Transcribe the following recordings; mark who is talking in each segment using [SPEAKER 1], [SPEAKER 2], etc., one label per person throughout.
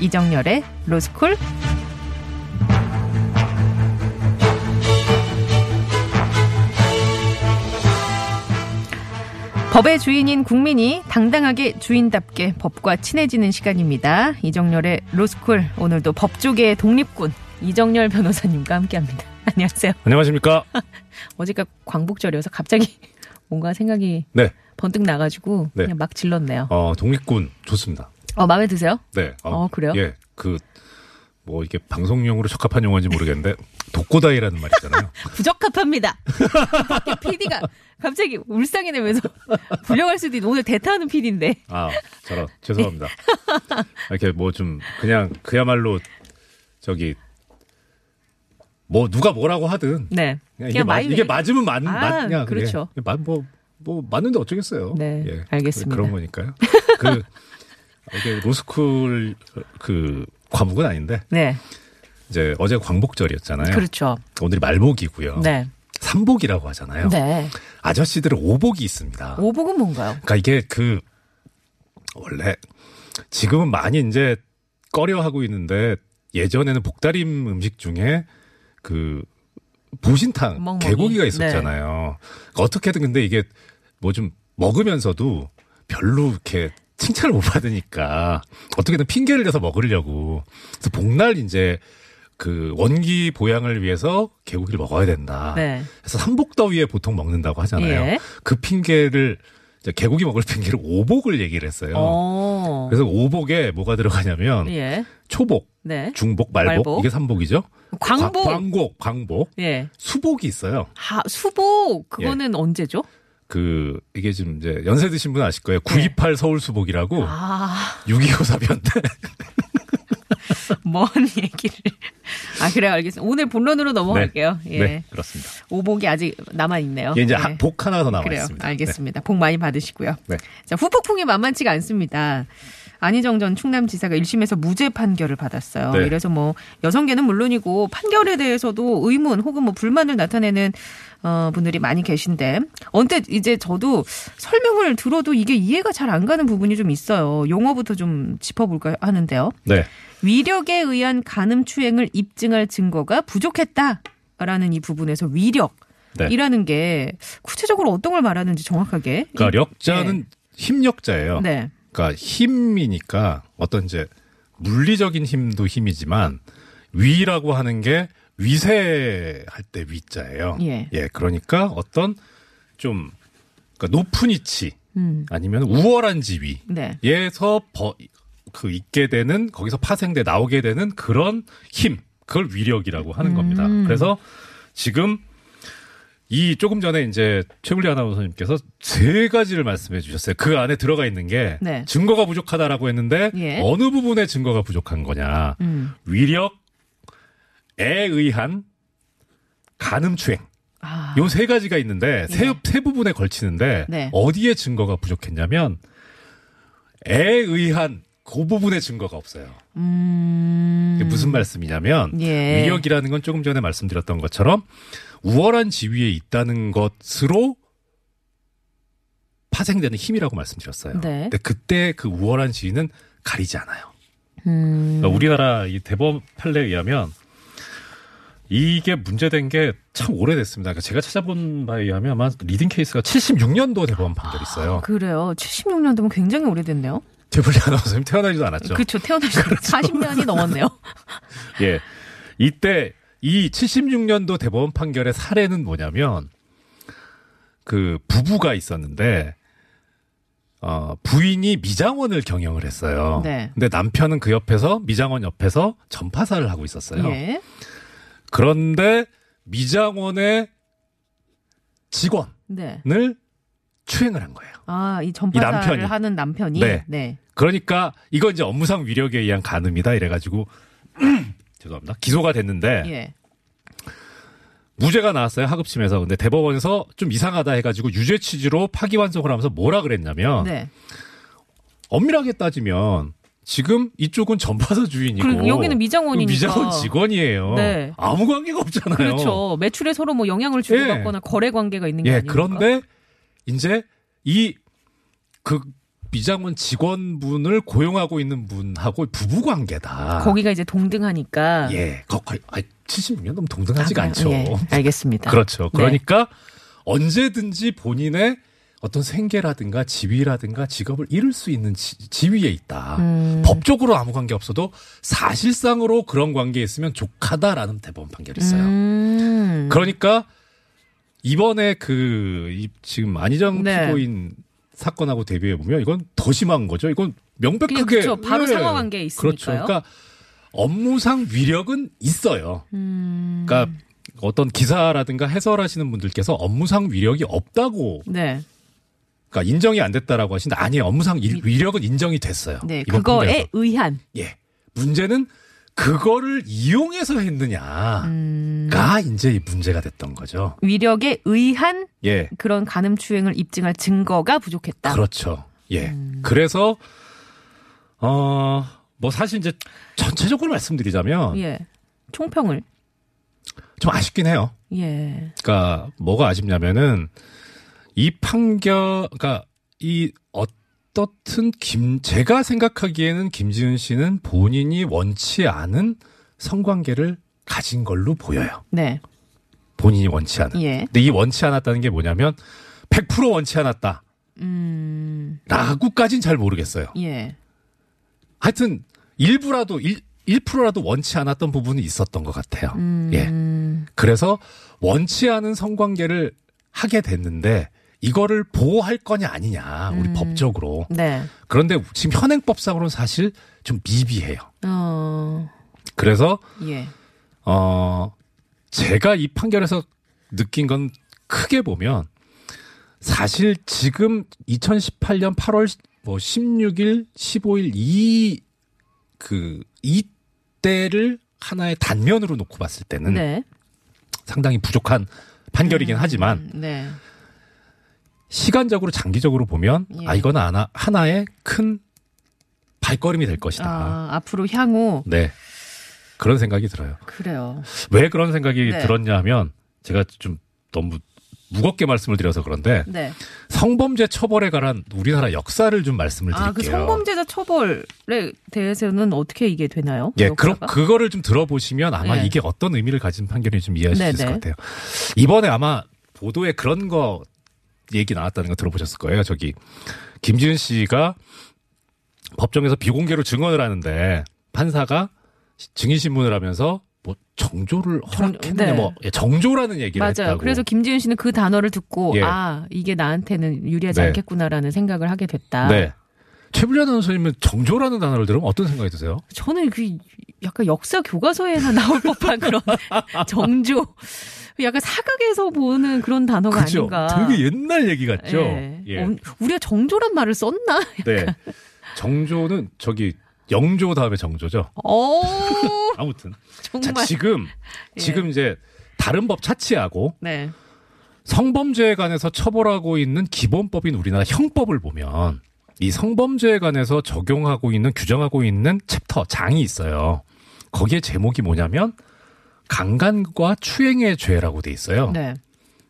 [SPEAKER 1] 이정열의 로스쿨. 법의 주인인 국민이 당당하게 주인답게 법과 친해지는 시간입니다. 이정열의 로스쿨 오늘도 법조계의 독립군 이정열 변호사님과 함께합니다. 안녕하세요.
[SPEAKER 2] 안녕하십니까.
[SPEAKER 1] 어제가 광복절이어서 갑자기 뭔가 생각이
[SPEAKER 2] 네.
[SPEAKER 1] 번뜩 나가지고
[SPEAKER 2] 네.
[SPEAKER 1] 그냥 막 질렀네요.
[SPEAKER 2] 어, 독립군 좋습니다.
[SPEAKER 1] 어, 마음에 드세요?
[SPEAKER 2] 네.
[SPEAKER 1] 어, 그래요?
[SPEAKER 2] 예. 그, 뭐 이게 방송용으로 적합한 용어인지 모르겠는데, 독고다이라는 말 있잖아요.
[SPEAKER 1] 부적합합니다. PD가 갑자기 울상이 되면서 불려갈 수도 있는 오늘 대타하는 PD인데
[SPEAKER 2] 아, 저런. 죄송합니다.
[SPEAKER 1] 네.
[SPEAKER 2] 이렇게 뭐 좀, 그냥, 그야말로, 저기, 뭐, 누가 뭐라고 하든.
[SPEAKER 1] 네.
[SPEAKER 2] 그냥 그러니까 이게, 맞, 이게 맞으면 맞,
[SPEAKER 1] 아,
[SPEAKER 2] 맞냐. 그게.
[SPEAKER 1] 그렇죠.
[SPEAKER 2] 이게 맞, 뭐, 뭐, 맞는데 어쩌겠어요. 예,
[SPEAKER 1] 네, 알겠습니다.
[SPEAKER 2] 그런 거니까요. 그, 이게 로스쿨, 그, 과목은 아닌데,
[SPEAKER 1] 네.
[SPEAKER 2] 이제 어제 광복절이었잖아요.
[SPEAKER 1] 그렇죠.
[SPEAKER 2] 오늘이 말복이고요.
[SPEAKER 1] 네.
[SPEAKER 2] 삼복이라고 하잖아요.
[SPEAKER 1] 네.
[SPEAKER 2] 아저씨들은 오복이 있습니다.
[SPEAKER 1] 오복은 뭔가요?
[SPEAKER 2] 그러니까 이게 그 원래 지금은 많이 이제 꺼려하고 있는데 예전에는 복다림 음식 중에 그 보신탕
[SPEAKER 1] 멍멍이? 네.
[SPEAKER 2] 개고기가 있었잖아요. 그러니까 어떻게든 근데 이게 뭐 좀 먹으면서도 별로 이렇게 칭찬을 못 받으니까 어떻게든 핑계를 대서 먹으려고 그래서 복날 이제 그 원기 보양을 위해서 개고기를 먹어야 된다.
[SPEAKER 1] 네.
[SPEAKER 2] 그래서 삼복더위에 보통 먹는다고 아, 하잖아요.
[SPEAKER 1] 예.
[SPEAKER 2] 그 핑계를 이제 개고기 먹을 핑계로 오복을 얘기를 했어요.
[SPEAKER 1] 어.
[SPEAKER 2] 그래서 오복에 뭐가 들어가냐면
[SPEAKER 1] 예.
[SPEAKER 2] 초복,
[SPEAKER 1] 네.
[SPEAKER 2] 중복, 말복,
[SPEAKER 1] 말복.
[SPEAKER 2] 이게 삼복이죠.
[SPEAKER 1] 광복.
[SPEAKER 2] 과- 광복, 광복,
[SPEAKER 1] 예.
[SPEAKER 2] 수복이 있어요.
[SPEAKER 1] 하, 수복
[SPEAKER 2] 예.
[SPEAKER 1] 그거는 언제죠?
[SPEAKER 2] 그 이게 지금 이제 연세 드신 분 아실 거예요. 928 서울 수복이라고
[SPEAKER 1] 네. 아,
[SPEAKER 2] 6.25 사변 네. 때
[SPEAKER 1] 뭔 얘기를. 아, 그래요. 알겠습니다. 오늘 본론으로 넘어갈게요.
[SPEAKER 2] 네.
[SPEAKER 1] 예.
[SPEAKER 2] 네, 그렇습니다.
[SPEAKER 1] 오복이 아직 남아 있네요.
[SPEAKER 2] 이게 이제
[SPEAKER 1] 네.
[SPEAKER 2] 하- 복 하나 더 남아
[SPEAKER 1] 그래요.
[SPEAKER 2] 있습니다.
[SPEAKER 1] 알겠습니다. 복 많이 받으시고요.
[SPEAKER 2] 네.
[SPEAKER 1] 자, 후폭풍이 만만치가 않습니다. 안희정 전 충남지사가 1심에서 무죄 판결을 받았어요.
[SPEAKER 2] 네.
[SPEAKER 1] 이래서 뭐 여성계는 물론이고 판결에 대해서도 의문 혹은 뭐 불만을 나타내는 어, 분들이 많이 계신데 언뜻 이제 저도 설명을 들어도 이게 이해가 잘 안 가는 부분이 좀 있어요. 용어부터 좀 짚어볼까 하는데요.
[SPEAKER 2] 네.
[SPEAKER 1] 위력에 의한 간음 추행을 입증할 증거가 부족했다라는 이 부분에서
[SPEAKER 2] 네.
[SPEAKER 1] 위력이라는 게 구체적으로 어떤 걸 말하는지 정확하게
[SPEAKER 2] 그러니까 역자는 힘력자예요.
[SPEAKER 1] 네.
[SPEAKER 2] 그러니까 힘이니까 어떤 이제 물리적인 힘도 힘이지만 위라고 하는 게 위세할 때 위자예요.
[SPEAKER 1] 예.
[SPEAKER 2] 그러니까 어떤 좀 그러니까 높은 위치
[SPEAKER 1] 음.
[SPEAKER 2] 아니면 우월한 지위
[SPEAKER 1] 네.
[SPEAKER 2] 에서 버, 그 있게 되는 거기서 파생돼 나오게 되는 그런 힘 그걸 위력이라고
[SPEAKER 1] 음.
[SPEAKER 2] 하는 겁니다. 그래서 지금 이 조금 전에 이제 최불리 아나운서님께서 세 가지를 말씀해 주셨어요. 그 안에 들어가 있는 게
[SPEAKER 1] 네.
[SPEAKER 2] 증거가 부족하다라고 했는데
[SPEAKER 1] 예.
[SPEAKER 2] 어느 부분에 증거가 부족한 거냐
[SPEAKER 1] 음.
[SPEAKER 2] 위력에 의한 간음추행
[SPEAKER 1] 아.
[SPEAKER 2] 요 세 가지가 있는데 세,
[SPEAKER 1] 예.
[SPEAKER 2] 세 부분에 걸치는데
[SPEAKER 1] 네.
[SPEAKER 2] 어디에 증거가 부족했냐면 애에 의한 그 부분에 증거가 없어요.
[SPEAKER 1] 음.
[SPEAKER 2] 이게 무슨 말씀이냐면
[SPEAKER 1] 예.
[SPEAKER 2] 위력이라는 건 조금 전에 말씀드렸던 것처럼 우월한 지위에 있다는 것으로 파생되는 힘이라고 말씀드렸어요.
[SPEAKER 1] 네.
[SPEAKER 2] 근데 그때 그 우월한 지위는 가리지 않아요.
[SPEAKER 1] 음.
[SPEAKER 2] 그러니까 우리나라 이 대법 판례에 의하면 이게 문제된 게 참 오래됐습니다. 그러니까 제가 찾아본 바에 의하면 아마 리딩 케이스가 76년도 대법원
[SPEAKER 1] 아.
[SPEAKER 2] 판결이 있어요.
[SPEAKER 1] 그래요. 76년도면 굉장히 오래됐네요.
[SPEAKER 2] 대불리 아나운서님 태어나지도 않았죠.
[SPEAKER 1] 그렇죠. 태어나신 40년이 넘었네요.
[SPEAKER 2] 예. 이때 이 76년도 대법원 판결의 사례는 뭐냐면 그 부부가 있었는데 어, 부인이 미장원을 경영을 했어요.
[SPEAKER 1] 네.
[SPEAKER 2] 근데 남편은 그 옆에서 미장원 옆에서 전파사를 하고 있었어요.
[SPEAKER 1] 예.
[SPEAKER 2] 그런데 미장원의 직원을
[SPEAKER 1] 네.
[SPEAKER 2] 추행을 한 거예요.
[SPEAKER 1] 아, 이
[SPEAKER 2] 이 남편이.
[SPEAKER 1] 전파사를 하는 남편이
[SPEAKER 2] 네.
[SPEAKER 1] 네.
[SPEAKER 2] 그러니까 이거 이제 업무상 위력에 의한 간음이다 이래가지고 죄송합니다 기소가 됐는데
[SPEAKER 1] 예.
[SPEAKER 2] 무죄가 나왔어요 하급심에서 근데 대법원에서 좀 이상하다 해가지고 유죄 취지로 파기환송을 하면서 뭐라 그랬냐면
[SPEAKER 1] 네.
[SPEAKER 2] 엄밀하게 따지면 지금 이쪽은 전파사 주인이고
[SPEAKER 1] 그리고 여기는 미장원이니까.
[SPEAKER 2] 미장원 직원이에요
[SPEAKER 1] 네.
[SPEAKER 2] 아무 관계가 없잖아요
[SPEAKER 1] 그렇죠. 매출에 서로 뭐 영향을 주고받거나 거래 관계가 있는 게
[SPEAKER 2] 예
[SPEAKER 1] 아니니까.
[SPEAKER 2] 그런데 이제 이 그 미장원 직원분을 고용하고 있는 분하고 부부 관계다
[SPEAKER 1] 거기가 이제 동등하니까.
[SPEAKER 2] 아. 예, 거- 거의 아, 70년 넘 동등하지가
[SPEAKER 1] 아,
[SPEAKER 2] 않죠.
[SPEAKER 1] 예, 알겠습니다.
[SPEAKER 2] 그렇죠.
[SPEAKER 1] 네.
[SPEAKER 2] 그러니까 언제든지 본인의 어떤 생계라든가 지위라든가 직업을 잃을 수 있는 지, 위에 있다.
[SPEAKER 1] 음.
[SPEAKER 2] 법적으로 아무 관계 없어도 사실상으로 그런 관계에 있으면 족하다라는 대법원 판결이 있어요.
[SPEAKER 1] 음.
[SPEAKER 2] 그러니까 이번에 그 이- 지금 안희정
[SPEAKER 1] 네.
[SPEAKER 2] 피고인 사건하고 대비해 보면 이건 더 심한 거죠. 이건 명백하게
[SPEAKER 1] 그냥 그렇죠. 바로
[SPEAKER 2] 예.
[SPEAKER 1] 상하 관계에
[SPEAKER 2] 그렇죠.
[SPEAKER 1] 있으니까요.
[SPEAKER 2] 그러니까 업무상 위력은 있어요.
[SPEAKER 1] 음.
[SPEAKER 2] 그러니까 어떤 기사라든가 해설하시는 분들께서 업무상 위력이 없다고
[SPEAKER 1] 네.
[SPEAKER 2] 그러니까 인정이 안 됐다라고 하시는데 아니에요. 업무상 일- 위력은 인정이 됐어요.
[SPEAKER 1] 네.
[SPEAKER 2] 이번
[SPEAKER 1] 그거에
[SPEAKER 2] 판결에서.
[SPEAKER 1] 의한.
[SPEAKER 2] 예. 문제는 그거를 이용해서 했느냐가
[SPEAKER 1] 음.
[SPEAKER 2] 이제 이 문제가 됐던 거죠.
[SPEAKER 1] 위력에 의한
[SPEAKER 2] 예.
[SPEAKER 1] 그런 간음 추행을 입증할 증거가 부족했다. 음.
[SPEAKER 2] 그렇죠. 예. 그래서 어, 뭐 사실 이제 전체적으로 말씀드리자면
[SPEAKER 1] 예. 총평을.
[SPEAKER 2] 좀 아쉽긴 해요.
[SPEAKER 1] 예.
[SPEAKER 2] 그러니까 뭐가 아쉽냐면은 이 판결 그러니까 이 어떻든 김 제가 생각하기에는 김지은 씨는 본인이 원치 않은 성관계를 가진 걸로 보여요.
[SPEAKER 1] 네.
[SPEAKER 2] 본인이 원치 않은.
[SPEAKER 1] 예.
[SPEAKER 2] 근데 이 원치 않았다는 게 뭐냐면 100% 원치 않았다. 라고까진 잘 모르겠어요.
[SPEAKER 1] 음. 예.
[SPEAKER 2] 하여튼 일부라도 일, 1%라도 원치 않았던 부분이 있었던 것 같아요.
[SPEAKER 1] 음.
[SPEAKER 2] 예. 그래서 원치 않은 성관계를 하게 됐는데 이거를 보호할 거냐 아니냐 우리 법적으로.
[SPEAKER 1] 네.
[SPEAKER 2] 그런데 지금 현행법상으로는 사실 좀 미비해요.
[SPEAKER 1] 어.
[SPEAKER 2] 그래서
[SPEAKER 1] 예.
[SPEAKER 2] 어 제가 이 판결에서 느낀 건 크게 보면 사실 지금 2018년 8월 뭐 16일, 15일 이 그 이때를 하나의 단면으로 놓고 봤을 때는
[SPEAKER 1] 네.
[SPEAKER 2] 상당히 부족한 판결이긴 하지만
[SPEAKER 1] 네.
[SPEAKER 2] 시간적으로 장기적으로 보면
[SPEAKER 1] 예.
[SPEAKER 2] 아 이건 하나 하나의 큰 발걸음이 될 것이다.
[SPEAKER 1] 아, 앞으로 향후
[SPEAKER 2] 네. 그런 생각이 들어요.
[SPEAKER 1] 그래요.
[SPEAKER 2] 왜 그런 생각이
[SPEAKER 1] 네.
[SPEAKER 2] 들었냐 하면 제가 좀 너무 무겁게 말씀을 드려서 그런데
[SPEAKER 1] 네.
[SPEAKER 2] 성범죄 처벌에 관한 우리나라 역사를 좀 말씀을 드릴게요.
[SPEAKER 1] 아, 그 성범죄자 처벌에 대해서는 어떻게 이게 되나요?
[SPEAKER 2] 예, 그럼
[SPEAKER 1] 역사가?
[SPEAKER 2] 그거를 좀 들어보시면 아마
[SPEAKER 1] 네.
[SPEAKER 2] 이게 어떤 의미를 가진 판결이 좀 이해하실 수 있을
[SPEAKER 1] 네네.
[SPEAKER 2] 것 같아요. 이번에 아마 보도에 그런 거 얘기 나왔다는 거 들어보셨을 거예요. 저기 김지은 씨가 법정에서 비공개로 증언을 하는데 판사가 시- 증인 신문을 하면서 뭐 정조를 허락했느냐
[SPEAKER 1] 네.
[SPEAKER 2] 뭐 예, 정조라는 얘기를
[SPEAKER 1] 맞아요.
[SPEAKER 2] 했다고.
[SPEAKER 1] 그래서 김지은 씨는 그 단어를 듣고
[SPEAKER 2] 예.
[SPEAKER 1] 아 이게 나한테는 유리하지
[SPEAKER 2] 네.
[SPEAKER 1] 않겠구나라는 생각을 하게 됐다.
[SPEAKER 2] 네. 최불리 아나운서님은 정조라는 단어를 들으면 어떤 생각이 드세요?
[SPEAKER 1] 저는 그 약간 역사 교과서에는 나올 법한 그런 정조, 약간 사극에서 보는 그런 단어가
[SPEAKER 2] 그죠?
[SPEAKER 1] 아닌가.
[SPEAKER 2] 되게 옛날 얘기 같죠?
[SPEAKER 1] 예.
[SPEAKER 2] 예.
[SPEAKER 1] 엄- 우리가 정조란 말을 썼나?
[SPEAKER 2] 네. 정조는 저기 영조 다음에 정조죠.
[SPEAKER 1] 어
[SPEAKER 2] 아무튼. 자,
[SPEAKER 1] 정말. 예.
[SPEAKER 2] 지금, 지금 이제 다른 법 차치하고
[SPEAKER 1] 네.
[SPEAKER 2] 성범죄에 관해서 처벌하고 있는 기본법인 우리나라 형법을 보면 이 성범죄에 관해서 적용하고 있는 규정하고 있는 챕터 장이 있어요. 거기에 제목이 뭐냐면 강간과 추행의 죄라고 돼 있어요.
[SPEAKER 1] 네.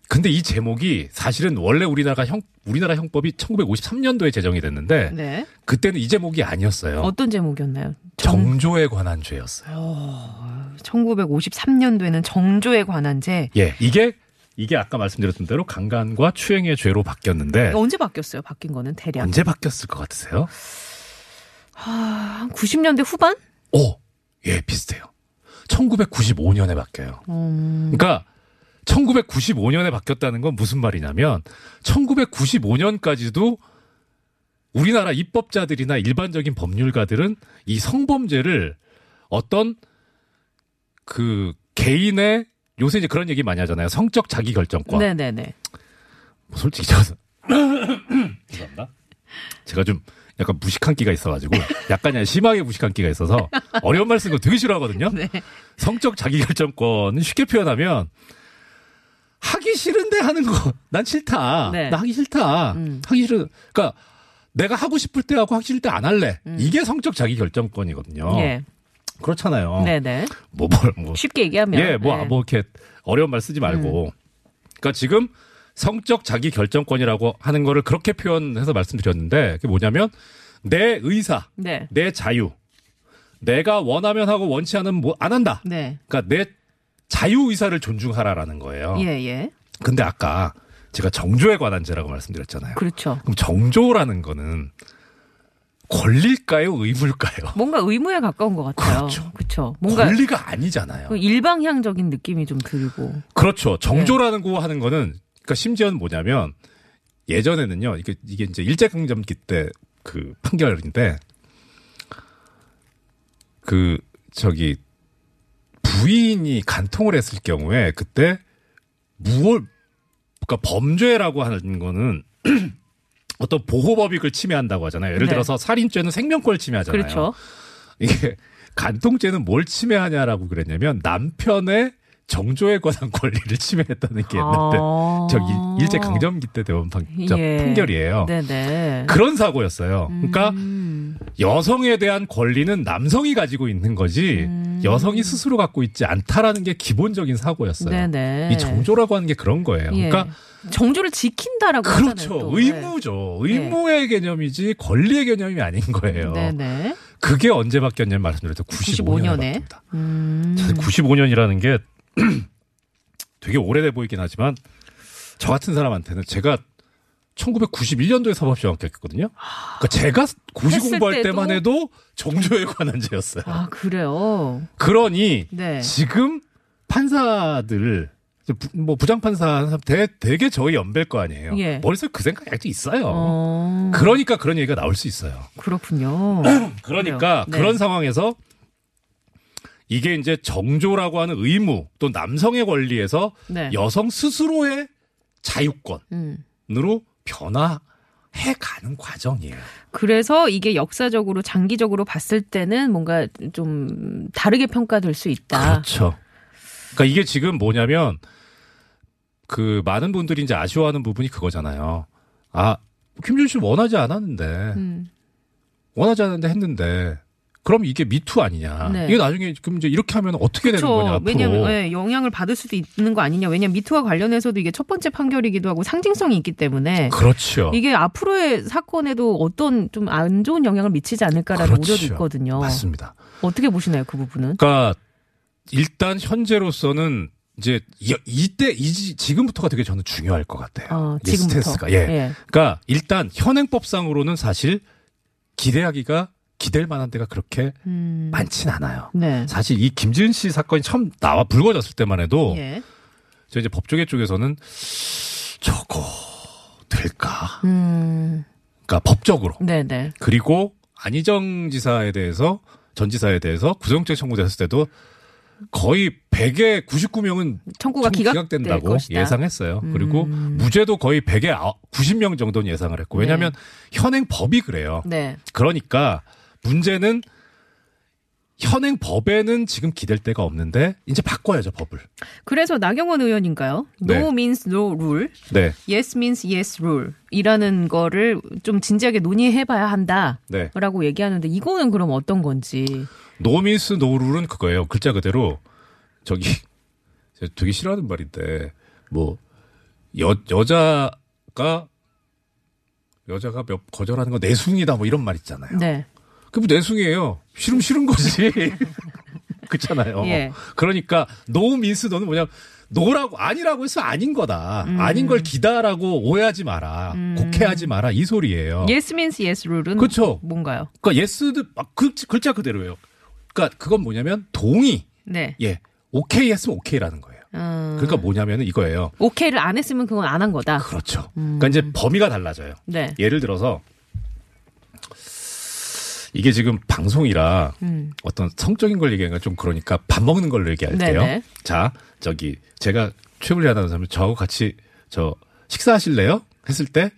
[SPEAKER 2] 근데 이 제목이 사실은 원래 우리나라 형 우리나라 형법이 1953년도에 제정이 됐는데
[SPEAKER 1] 네.
[SPEAKER 2] 그때는 이 제목이 아니었어요.
[SPEAKER 1] 어떤 제목이었나요? 정,
[SPEAKER 2] 정조에 관한 죄였어요.
[SPEAKER 1] 1953년도에는 정조에 관한 죄.
[SPEAKER 2] 예, 이게 이게 아까 말씀드렸던 대로 강간과 추행의 죄로 바뀌었는데
[SPEAKER 1] 언제 바뀌었어요? 바뀐 거는 대략.
[SPEAKER 2] 언제 바뀌었을 것 같으세요?
[SPEAKER 1] 한 90년대 후반?
[SPEAKER 2] 오, 예, 비슷해요. 1995년에 바뀌어요. 그러니까 1995년에 바뀌었다는 건 무슨 말이냐면 1995년까지도 우리나라 입법자들이나 일반적인 법률가들은 이 성범죄를 어떤 그
[SPEAKER 1] 네.
[SPEAKER 2] 개인의 요새 이제 그런 얘기 많이 하잖아요. 성적 자기 결정권.
[SPEAKER 1] 네네네.
[SPEAKER 2] 뭐 솔직히 저 죄송합니다. 제가 좀 약간 무식한 끼가 있어가지고 약간 그냥 심하게 무식한 끼가 있어서 어려운 말 쓰는 거 되게 싫어하거든요.
[SPEAKER 1] 네.
[SPEAKER 2] 성적 자기결정권은 쉽게 표현하면 하기 싫은데 하는 거 난 싫다.
[SPEAKER 1] 네.
[SPEAKER 2] 나 하기 싫다. 하기 싫은 그러니까 내가 하고 싶을 때 하고 하기 싫을 때 안 할래. 이게 성적 자기결정권이거든요.
[SPEAKER 1] 예.
[SPEAKER 2] 그렇잖아요.
[SPEAKER 1] 네네.
[SPEAKER 2] 뭐, 뭘, 뭐,
[SPEAKER 1] 쉽게 얘기하면. 음.
[SPEAKER 2] 예, 뭐, 아, 뭐, 이렇게 어려운 말 쓰지 말고. 그러니까 지금 성적 자기 결정권이라고 하는 거를 그렇게 표현해서 말씀드렸는데 그게 뭐냐면 내 의사,
[SPEAKER 1] 네.
[SPEAKER 2] 내 자유, 내가 원하면 하고 원치 않으면 뭐 안 한다.
[SPEAKER 1] 네.
[SPEAKER 2] 그러니까 내 자유 의사를 존중하라라는 거예요.
[SPEAKER 1] 예, 예.
[SPEAKER 2] 근데 아까 제가 정조에 관한 죄라고 말씀드렸잖아요.
[SPEAKER 1] 그렇죠.
[SPEAKER 2] 그럼 정조라는 거는 권리일까요, 의무일까요?
[SPEAKER 1] 뭔가 의무에 가까운 것 같아요.
[SPEAKER 2] 그렇죠.
[SPEAKER 1] 그렇죠. 뭔가
[SPEAKER 2] 권리가 아니잖아요.
[SPEAKER 1] 그 일방향적인 느낌이 좀 들고. 네.
[SPEAKER 2] 그렇죠. 정조라는 거 하는 거는 그러니까 심지어는 뭐냐면 예전에는요. 이게 이게 이제 일제 강점기 때 그 판결인데 그 저기 부인이 간통을 했을 경우에 그때 무월 그러니까 범죄라고 하는 거는 어떤 보호법익을 침해한다고 하잖아요. 예를
[SPEAKER 1] 네.
[SPEAKER 2] 들어서 살인죄는 생명권을 침해하잖아요.
[SPEAKER 1] 그렇죠.
[SPEAKER 2] 이게 간통죄는 뭘 침해하냐라고 그랬냐면 남편의 정조에 관한 권리를 침해했다는 게 옛날 때
[SPEAKER 1] 아.
[SPEAKER 2] 저기 일제 강점기 때 대원 판, 저
[SPEAKER 1] 예.
[SPEAKER 2] 판결이에요.
[SPEAKER 1] 네네.
[SPEAKER 2] 그런 사고였어요. 그러니까
[SPEAKER 1] 음.
[SPEAKER 2] 여성에 대한 권리는 남성이 가지고 있는 거지
[SPEAKER 1] 음.
[SPEAKER 2] 여성이 스스로 갖고 있지 않다라는 게 기본적인 사고였어요.
[SPEAKER 1] 네네.
[SPEAKER 2] 이 정조라고 하는 게 그런 거예요.
[SPEAKER 1] 예.
[SPEAKER 2] 그러니까
[SPEAKER 1] 정조를 지킨다라고
[SPEAKER 2] 그렇죠.
[SPEAKER 1] 하잖아요. 또. 네.
[SPEAKER 2] 의무죠. 의무의 개념이지 권리의 개념이 아닌 거예요.
[SPEAKER 1] 네. 네네.
[SPEAKER 2] 그게 언제 바뀌었냐면 말씀드렸죠. 95년에
[SPEAKER 1] 95년 에.
[SPEAKER 2] 바뀝니다.
[SPEAKER 1] 음.
[SPEAKER 2] 사실 95년이라는 게 되게 오래돼 보이긴 하지만 저 같은 사람한테는 제가 1991년도에 사법시험합격했거든요. 그러니까 제가 고시
[SPEAKER 1] 아. 했을
[SPEAKER 2] 공부할
[SPEAKER 1] 때도?
[SPEAKER 2] 때만 해도 정조에 관한 죄였어요.
[SPEAKER 1] 아 그래요.
[SPEAKER 2] 그러니
[SPEAKER 1] 네.
[SPEAKER 2] 지금 판사들 부- 뭐 부장 판사 대 되게 저희 연배일 거 아니에요.
[SPEAKER 1] 예.
[SPEAKER 2] 머릿속에 그 생각이 아직도 있어요.
[SPEAKER 1] 어.
[SPEAKER 2] 그러니까 그런 얘기가 나올 수 있어요.
[SPEAKER 1] 그렇군요.
[SPEAKER 2] 그러니까
[SPEAKER 1] 네.
[SPEAKER 2] 그런 상황에서 이게 이제 정조라고 하는 의무 또 남성의 권리에서
[SPEAKER 1] 네.
[SPEAKER 2] 여성 스스로의 자유권으로
[SPEAKER 1] 음.
[SPEAKER 2] 변화해 가는 과정이에요.
[SPEAKER 1] 그래서 이게 역사적으로 장기적으로 봤을 때는 뭔가 좀 다르게 평가될 수 있다.
[SPEAKER 2] 그렇죠. 그러니까 이게 지금 뭐냐면 그 많은 분들이 이제 아쉬워하는 부분이 그거잖아요. 아, 김준 씨 원하지 않았는데
[SPEAKER 1] 음.
[SPEAKER 2] 원하지 않았는데 했는데 그럼 이게 미투 아니냐.
[SPEAKER 1] 네.
[SPEAKER 2] 이게 나중에 그럼 이제 이렇게 하면 어떻게 되는 거냐
[SPEAKER 1] 그렇죠.
[SPEAKER 2] 앞으로.
[SPEAKER 1] 왜냐하면 예, 영향을 받을 수도 있는 거 아니냐. 왜냐하면 미투와 관련해서도 이게 첫 번째 판결이기도 하고 상징성이 있기 때문에
[SPEAKER 2] 그렇죠.
[SPEAKER 1] 이게 앞으로의 사건에도 어떤 좀 안 좋은 영향을 미치지 않을까라는
[SPEAKER 2] 그렇죠.
[SPEAKER 1] 우려도 있거든요.
[SPEAKER 2] 맞습니다.
[SPEAKER 1] 어떻게 보시나요, 그 부분은?
[SPEAKER 2] 그러니까 일단 현재로서는 이제 이- 이때 이 지- 지금부터가 되게 저는 중요할 것 같아요.
[SPEAKER 1] 어,
[SPEAKER 2] 이
[SPEAKER 1] 지금부터.
[SPEAKER 2] 스탠스가 예. 그러니까 일단 현행법상으로는 사실 기대하기가 기댈 만한 데가 그렇게
[SPEAKER 1] 음,
[SPEAKER 2] 많진 않아요.
[SPEAKER 1] 네.
[SPEAKER 2] 사실 이 김지은 씨 사건이 처음 나와 불거졌을 때만 해도
[SPEAKER 1] 예.
[SPEAKER 2] 저 이제 법조계 쪽에서는 저거 될까?
[SPEAKER 1] 음,
[SPEAKER 2] 그러니까 법적으로
[SPEAKER 1] 네네.
[SPEAKER 2] 그리고 안희정 지사에 대해서 전 지사에 대해서 구속영장 청구됐을 때도 거의 100에 99명은
[SPEAKER 1] 청구가 기각
[SPEAKER 2] 된다고 예상했어요. 그리고
[SPEAKER 1] 음.
[SPEAKER 2] 무죄도 거의 100에 90명 정도는 예상을 했고 왜냐하면 현행 법이 그래요.
[SPEAKER 1] 네.
[SPEAKER 2] 그러니까 문제는 현행 법에는 지금 기댈 데가 없는데 이제 바꿔야죠 법을.
[SPEAKER 1] 그래서 나경원 의원인가요?
[SPEAKER 2] 네.
[SPEAKER 1] No means no rule,
[SPEAKER 2] 네,
[SPEAKER 1] yes means yes rule 이라는 거를 좀 진지하게 논의해봐야 한다.
[SPEAKER 2] 네.
[SPEAKER 1] 라고 얘기하는데 이거는 그럼 어떤 건지
[SPEAKER 2] 노미스 노룰은 그거예요. 글자 그대로 저기 제가 되게 싫어하는 말인데 뭐 여, 여자가 여자가 몇 거절하는 거 내숭이다 뭐 이런 말 있잖아요.
[SPEAKER 1] 네
[SPEAKER 2] 그뭐 내숭이에요. 싫으면 싫은 거지. 그렇잖아요.
[SPEAKER 1] 예.
[SPEAKER 2] 그러니까 노 민스 너는 뭐냐 노라고 아니라고 해서 아닌 거다.
[SPEAKER 1] 음.
[SPEAKER 2] 아닌 걸 기다라고 오해하지 마라. 곡해하지 마라 이 소리예요.
[SPEAKER 1] yes means yes 룰은
[SPEAKER 2] 어. 그렇죠.
[SPEAKER 1] 뭔가요?
[SPEAKER 2] 그러니까 예스도 막 글, 글자 그대로예요. 그러니까 그건 뭐냐면 동의.
[SPEAKER 1] 네.
[SPEAKER 2] 예. 오케이 했으면 오케이라는 거예요.
[SPEAKER 1] 음,
[SPEAKER 2] 그러니까 뭐냐면은 이거예요.
[SPEAKER 1] 오케이를 안 했으면 그건 안 한 거다.
[SPEAKER 2] 그렇죠. 그러니까 이제
[SPEAKER 1] 음.
[SPEAKER 2] 범위가 달라져요.
[SPEAKER 1] 네.
[SPEAKER 2] 예를 들어서 이게 지금 방송이라
[SPEAKER 1] 음.
[SPEAKER 2] 어떤 성적인 걸 얘기하니까 좀 그러니까 밥 먹는 걸로 얘기할게요.
[SPEAKER 1] 네네.
[SPEAKER 2] 자, 저기 제가 최불리 아나운서면 저하고 같이 저 식사하실래요? 했을 때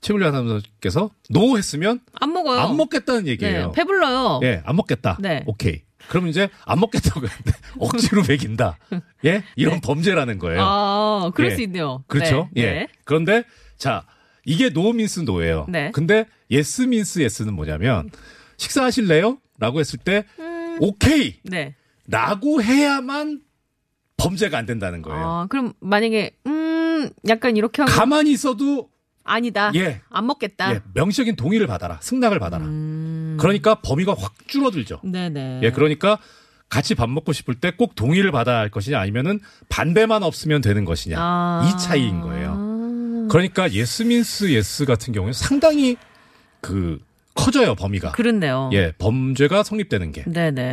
[SPEAKER 2] 최불리 아나운서께서 노 했으면
[SPEAKER 1] 안 먹어요.
[SPEAKER 2] 안 먹겠다는 얘기예요.
[SPEAKER 1] 네, 배불러요.
[SPEAKER 2] 예, 안 먹겠다.
[SPEAKER 1] 네.
[SPEAKER 2] 오케이. 그럼 이제 안 먹겠다고 했는데 억지로 먹인다. 예? 이런 범죄라는 거예요.
[SPEAKER 1] 네. 아, 그럴
[SPEAKER 2] 예.
[SPEAKER 1] 수 있네요.
[SPEAKER 2] 그렇죠?
[SPEAKER 1] 네.
[SPEAKER 2] 예.
[SPEAKER 1] 네.
[SPEAKER 2] 그런데 자, 이게 노 민스 노예요.
[SPEAKER 1] 네.
[SPEAKER 2] 근데 예스 민스 예스는 뭐냐면 식사하실래요? 라고 했을 때
[SPEAKER 1] 음.
[SPEAKER 2] 오케이!
[SPEAKER 1] 네.
[SPEAKER 2] 라고 해야만 범죄가 안 된다는 거예요.
[SPEAKER 1] 아, 그럼 만약에 음, 약간 이렇게 하면
[SPEAKER 2] 가만히 있어도
[SPEAKER 1] 아니다. 음.
[SPEAKER 2] 예.
[SPEAKER 1] 안 먹겠다.
[SPEAKER 2] 예, 명시적인 동의를 받아라. 승낙을 받아라. 그러니까 범위가 확 줄어들죠.
[SPEAKER 1] 네네.
[SPEAKER 2] 예, 그러니까 같이 밥 먹고 싶을 때 꼭 동의를 받아야 할 것이냐 아니면은 반대만 없으면 되는 것이냐
[SPEAKER 1] 아.
[SPEAKER 2] 이 차이인 거예요.
[SPEAKER 1] 아.
[SPEAKER 2] 그러니까 예스 민스 예스 같은 경우에 상당히 그 커져요 범위가.
[SPEAKER 1] 그렇네요.
[SPEAKER 2] 예, 범죄가 성립되는 게.
[SPEAKER 1] 네네.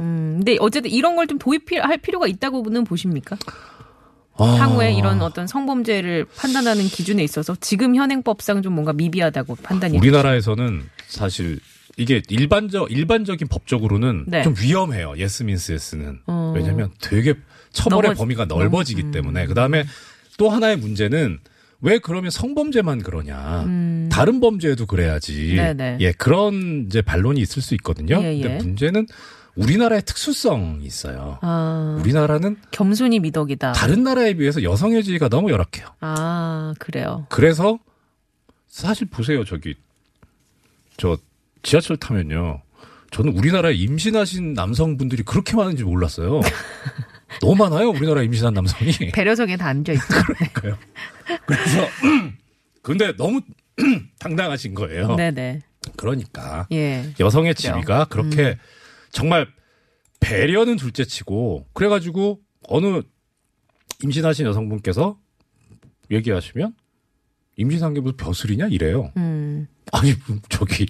[SPEAKER 1] 음, 근데 어쨌든 이런 걸 좀 도입할 필요가 있다고는 보십니까?
[SPEAKER 2] 아,
[SPEAKER 1] 향후에 이런 어떤 성범죄를 판단하는 기준에 있어서 지금 현행법상 좀 뭔가 미비하다고 판단이.
[SPEAKER 2] 우리나라에서는 사실 이게 일반적 일반적인 법적으로는
[SPEAKER 1] 네.
[SPEAKER 2] 좀 위험해요. 예스 민스 예스는
[SPEAKER 1] 어.
[SPEAKER 2] 왜냐하면 되게 처벌의
[SPEAKER 1] 넓어지-
[SPEAKER 2] 범위가 넓어지기 때문에 그 다음에 또 하나의 문제는 왜 그러면 성범죄만 그러냐? 다른 범죄에도 그래야지.
[SPEAKER 1] 음. 네네.
[SPEAKER 2] 예 그런 이제 반론이 있을 수 있거든요.
[SPEAKER 1] 예, 예.
[SPEAKER 2] 근데 문제는 우리나라의 특수성이 있어요.
[SPEAKER 1] 아,
[SPEAKER 2] 우리나라는
[SPEAKER 1] 겸손이 미덕이다.
[SPEAKER 2] 다른 나라에 비해서 여성의 지위가 너무 열악해요.
[SPEAKER 1] 아, 그래요.
[SPEAKER 2] 그래서 사실 보세요 저기 저 지하철 타면요 저는 우리나라에 임신하신 남성분들이 그렇게 많은지 몰랐어요 너무 많아요 우리나라 임신한 남성이
[SPEAKER 1] 배려석에 다 앉아 있죠.
[SPEAKER 2] 그래서 근데 너무 당당하신 거예요
[SPEAKER 1] 네네.
[SPEAKER 2] 그러니까
[SPEAKER 1] 예.
[SPEAKER 2] 여성의 지위가 그렇게 정말 배려는 둘째치고 그래가지고 어느 임신하신 여성분께서 얘기하시면 임신한 게 무슨 벼슬이냐 이래요.
[SPEAKER 1] 음.
[SPEAKER 2] 아니 저기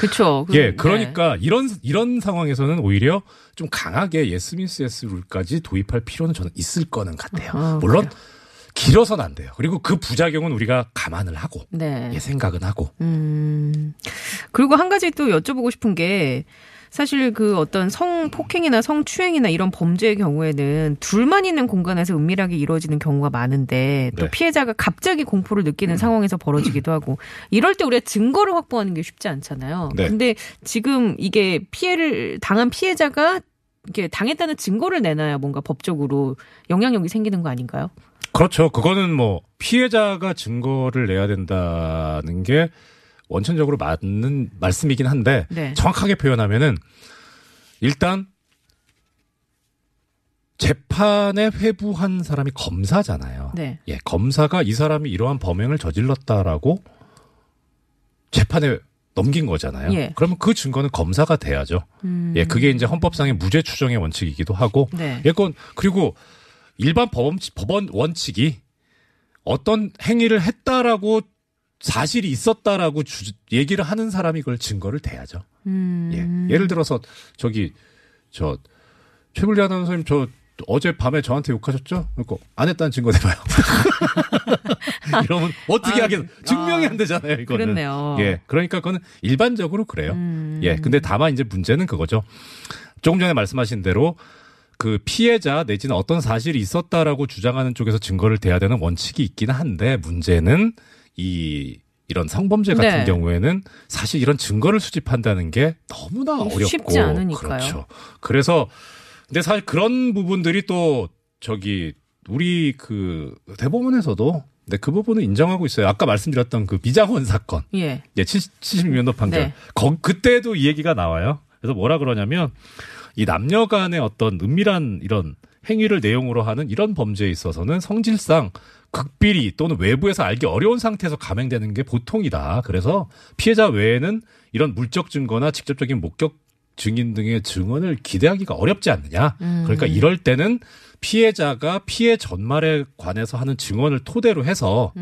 [SPEAKER 1] 그쵸. 그-
[SPEAKER 2] 예
[SPEAKER 1] 네.
[SPEAKER 2] 그러니까 이런 이런 상황에서는 오히려 좀 강하게 예스미스 예스 룰까지 도입할 필요는 저는 있을 거는 같아요.
[SPEAKER 1] 아,
[SPEAKER 2] 물론 길어서는 안 돼요. 그리고 그 부작용은 우리가 감안을 하고
[SPEAKER 1] 네.
[SPEAKER 2] 예 생각은 하고
[SPEAKER 1] 음. 그리고 한 가지 또 여쭤보고 싶은 게 사실 그 어떤 성폭행이나 성추행이나 이런 범죄의 경우에는 둘만 있는 공간에서 은밀하게 이루어지는 경우가 많은데 또
[SPEAKER 2] 네. 음.
[SPEAKER 1] 피해자가 갑자기 공포를 느끼는 상황에서 벌어지기도 하고 이럴 때 우리가 증거를 확보하는 게 쉽지 않잖아요.
[SPEAKER 2] 네.
[SPEAKER 1] 근데 지금 이게 피해를 당한 피해자가 이렇게 당했다는 증거를 내놔야 뭔가 법적으로 영향력이 생기는 거 아닌가요?
[SPEAKER 2] 그렇죠. 그거는 뭐 피해자가 증거를 내야 된다는 게 원천적으로 맞는 말씀이긴 한데
[SPEAKER 1] 네.
[SPEAKER 2] 정확하게 표현하면은 일단 재판에 회부한 사람이 검사잖아요.
[SPEAKER 1] 네.
[SPEAKER 2] 예, 검사가 이 사람이 이러한 범행을 저질렀다라고 재판에 넘긴 거잖아요.
[SPEAKER 1] 예. 음.
[SPEAKER 2] 그러면 그 증거는 검사가 돼야죠. 예, 그게 이제 헌법상의 무죄 추정의 원칙이기도 하고
[SPEAKER 1] 네.
[SPEAKER 2] 예, 그건 그리고 일반 법원, 법원 원칙이 어떤 행위를 했다라고 사실이 있었다라고 주- 얘기를 하는 사람이 그걸 증거를 대야죠.
[SPEAKER 1] 음.
[SPEAKER 2] 예. 예를 들어서 저기 저 최불리 아나운서님 저 어제 밤에 저한테 욕하셨죠? 그러니까 안 했다는 증거 내봐요. 이러면 어떻게
[SPEAKER 1] 아,
[SPEAKER 2] 하겠? 증명이
[SPEAKER 1] 아,
[SPEAKER 2] 안 되잖아요. 이거는.
[SPEAKER 1] 그렇네요. 음.
[SPEAKER 2] 예, 그러니까 그건 일반적으로 그래요. 예, 근데 다만 이제 문제는 그거죠. 조금 전에 말씀하신 대로 그 피해자 내지는 어떤 사실이 있었다라고 주장하는 쪽에서 증거를 대야 되는 원칙이 있긴 한데 문제는 이 이런 성범죄 같은
[SPEAKER 1] 네.
[SPEAKER 2] 경우에는 사실 이런 증거를 수집한다는 게 너무나 어렵고
[SPEAKER 1] 음, 쉽지 않으니까요.
[SPEAKER 2] 그렇죠. 그래서 근데 사실 그런 부분들이 또 저기 우리 그 대법원에서도 근데 그 부분은 인정하고 있어요. 아까 말씀드렸던 그 미장원 사건
[SPEAKER 1] 예.
[SPEAKER 2] 예, 76년도 판결.
[SPEAKER 1] 네.
[SPEAKER 2] 거- 그때도 이 얘기가 나와요. 그래서 뭐라 그러냐면 이 남녀 간의 어떤 은밀한 이런 행위를 내용으로 하는 이런 범죄에 있어서는 성질상 극비리 또는 외부에서 알기 어려운 상태에서 감행되는 게 보통이다. 그래서 피해자 외에는 이런 물적 증거나 직접적인 목격 증인 등의 증언을 기대하기가 어렵지 않느냐. 그러니까 이럴 때는 피해자가 피해 전말에 관해서 하는 증언을 토대로 해서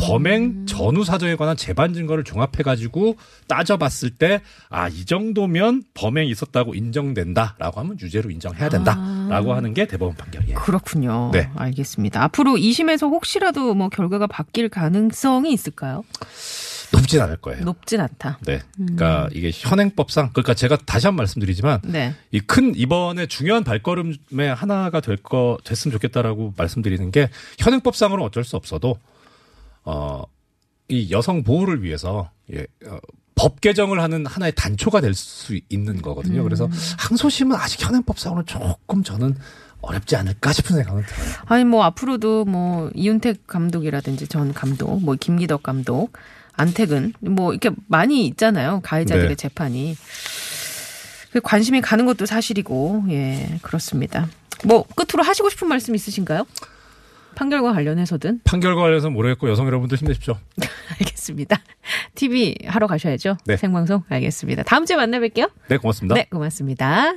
[SPEAKER 2] 범행 전후 사정에 관한 재반 증거를 종합해 가지고 따져봤을 때 아 이 정도면 범행이 있었다고 인정된다라고 하면 유죄로 인정해야 된다라고 하는 게 대법원 판결이에요.
[SPEAKER 1] 아.
[SPEAKER 2] 예,
[SPEAKER 1] 그렇군요.
[SPEAKER 2] 네.
[SPEAKER 1] 알겠습니다. 앞으로 2심에서 혹시라도 뭐 결과가 바뀔 가능성이 있을까요?
[SPEAKER 2] 높진 않을 거예요.
[SPEAKER 1] 높진 않다.
[SPEAKER 2] 네,
[SPEAKER 1] 음.
[SPEAKER 2] 그러니까 이게 현행법상 그러니까 제가 다시 한 번 말씀드리지만
[SPEAKER 1] 네.
[SPEAKER 2] 이 큰 이번에 중요한 발걸음의 하나가 될 거 됐으면 좋겠다라고 말씀드리는 게 현행법상으로는 어쩔 수 없어도 어 이 여성 보호를 위해서 예, 어, 법 개정을 하는 하나의 단초가 될 수 있는 거거든요. 그래서 항소심은 아직 현행법상으로는 조금 저는 어렵지 않을까 싶은 생각은 들어요.
[SPEAKER 1] 아니 뭐 앞으로도 뭐 이윤택 감독이라든지 전 감독, 뭐 김기덕 감독, 안택은 뭐 이렇게 많이 있잖아요 가해자들의
[SPEAKER 2] 네.
[SPEAKER 1] 재판이 그 관심이 가는 것도 사실이고 예 그렇습니다. 뭐 끝으로 하시고 싶은 말씀 있으신가요? 판결과 관련해서든
[SPEAKER 2] 판결과 관련해서 모르겠고 여성 여러분들 힘내십시오.
[SPEAKER 1] 알겠습니다. TV 하러 가셔야죠.
[SPEAKER 2] 네.
[SPEAKER 1] 생방송 알겠습니다. 다음 주에 만나 뵐게요.
[SPEAKER 2] 네, 고맙습니다.
[SPEAKER 1] 네 고맙습니다.